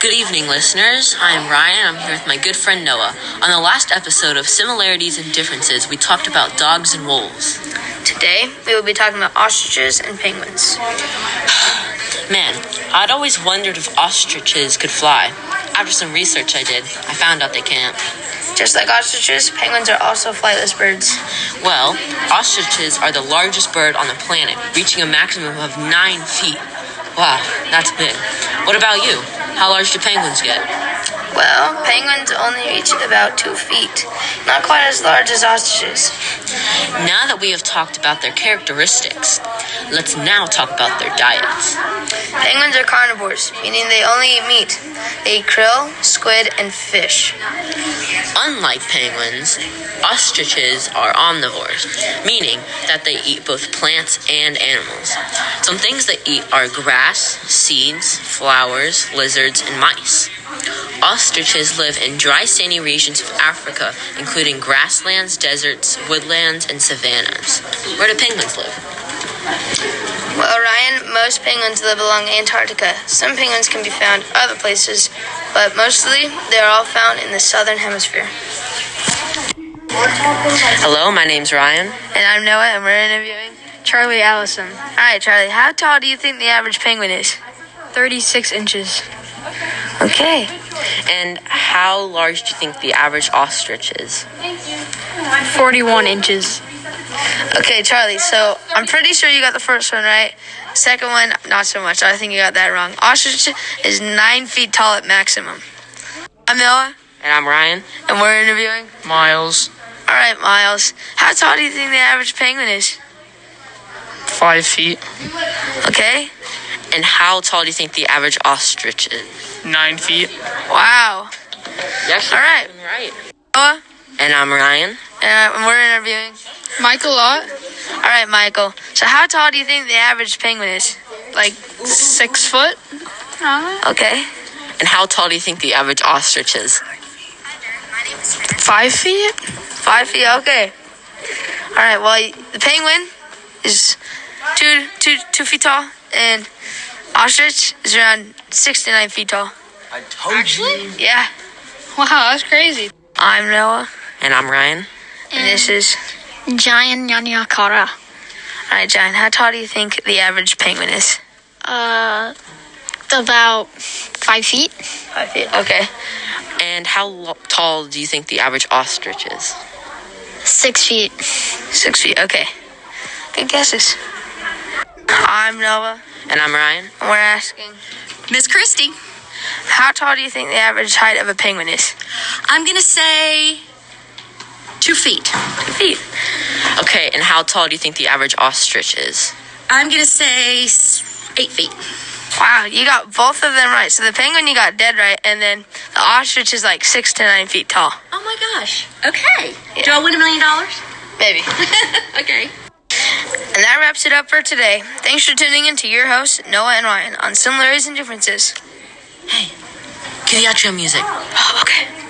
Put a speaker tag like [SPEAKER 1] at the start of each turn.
[SPEAKER 1] Good evening, listeners. I'm Ryan. I'm here with my good friend Noah. On the last episode of Similarities and Differences, we talked about dogs and wolves.
[SPEAKER 2] Today, we will be talking about ostriches and penguins.
[SPEAKER 1] Man, I'd always wondered if ostriches could fly. After some research I did, I found out they can't.
[SPEAKER 2] Just like ostriches, penguins are also flightless birds.
[SPEAKER 1] Well, ostriches are the largest bird on the planet, reaching a maximum of 9 feet. Wow, that's big. What about you? How large do penguins get?
[SPEAKER 2] Well, penguins only reach about two feet, not quite as large as ostriches.
[SPEAKER 1] Now that we have talked about their characteristics, let's now talk about their diets.
[SPEAKER 2] Penguins are carnivores, meaning they only eat meat. They eat krill, squid, and fish.
[SPEAKER 1] Unlike penguins, ostriches are omnivores, meaning that they eat both plants and animals. Some things they eat are grass, seeds, flowers, lizards, and mice. Ostriches live in dry, sandy regions of Africa, including grasslands, deserts, woodlands, and savannas. Where do penguins live?
[SPEAKER 2] Well, Ryan, most penguins live along Antarctica. Some penguins can be found other places, but mostly they are all found in the southern hemisphere.
[SPEAKER 1] Hello, my name's Ryan.
[SPEAKER 2] And I'm Noah, and we're interviewing Charlie Allison. Hi, Charlie. How tall do you think the average penguin is?
[SPEAKER 3] 36 inches.
[SPEAKER 2] Okay.
[SPEAKER 1] And how large do you think the average ostrich is?
[SPEAKER 3] 41 inches.
[SPEAKER 2] Okay, Charlie, so I'm pretty sure you got the first one right. Second one, not so much. I think you got that wrong. Ostrich is nine feet tall at maximum. I'm Noah,
[SPEAKER 1] And I'm Ryan.
[SPEAKER 2] and we're interviewing.
[SPEAKER 4] miles,
[SPEAKER 2] All right, Miles. How tall do you think the average penguin is?
[SPEAKER 4] five feet,
[SPEAKER 2] Okay.
[SPEAKER 1] And how tall do you think the average ostrich is?
[SPEAKER 4] nine feet,
[SPEAKER 2] Wow.
[SPEAKER 1] Yes,
[SPEAKER 2] All right.
[SPEAKER 1] right.
[SPEAKER 2] Noah,
[SPEAKER 1] And I'm Ryan.
[SPEAKER 2] and we're interviewing.
[SPEAKER 3] Michael Lott,
[SPEAKER 2] All right, Michael. So how tall do you think the average penguin is?
[SPEAKER 3] like six foot. Uh,
[SPEAKER 2] Okay.
[SPEAKER 1] And how tall do you think the average ostrich is?
[SPEAKER 3] five feet?
[SPEAKER 2] Five feet. Okay. All right. Well, the penguin is two two two feet tall, and ostrich is around sixty nine feet tall.
[SPEAKER 3] Actually?
[SPEAKER 2] Yeah.
[SPEAKER 3] Wow, that's crazy.
[SPEAKER 2] I'm Noah,
[SPEAKER 1] And I'm Ryan.
[SPEAKER 2] and this is.
[SPEAKER 5] Giant Yanyakara.
[SPEAKER 2] All right, John. How tall do you think the average penguin is?
[SPEAKER 5] Uh, about five feet.
[SPEAKER 2] Five feet. Okay.
[SPEAKER 1] And how lo- tall do you think the average ostrich is?
[SPEAKER 5] Six feet.
[SPEAKER 2] Six feet. Okay. Good guesses. I'm Noah,
[SPEAKER 1] And I'm Ryan.
[SPEAKER 2] and we're asking.
[SPEAKER 6] Miss Christie,
[SPEAKER 2] How tall do you think the average height of a penguin is?
[SPEAKER 6] I'm gonna say two feet.
[SPEAKER 2] Two feet.
[SPEAKER 1] Okay, and how tall do you think the average ostrich is?
[SPEAKER 6] I'm gonna say s- eight feet.
[SPEAKER 2] Wow, you got both of them right. So the penguin you got dead right, and then the ostrich is like six to nine feet tall.
[SPEAKER 6] Oh my gosh. Okay. Do I win a million dollars?
[SPEAKER 2] Maybe.
[SPEAKER 6] Okay.
[SPEAKER 2] And that wraps it up for today. Thanks for tuning in to your hosts, Noah and Ryan, on Similarities and Differences.
[SPEAKER 1] Kiriachio music.
[SPEAKER 2] Oh, okay.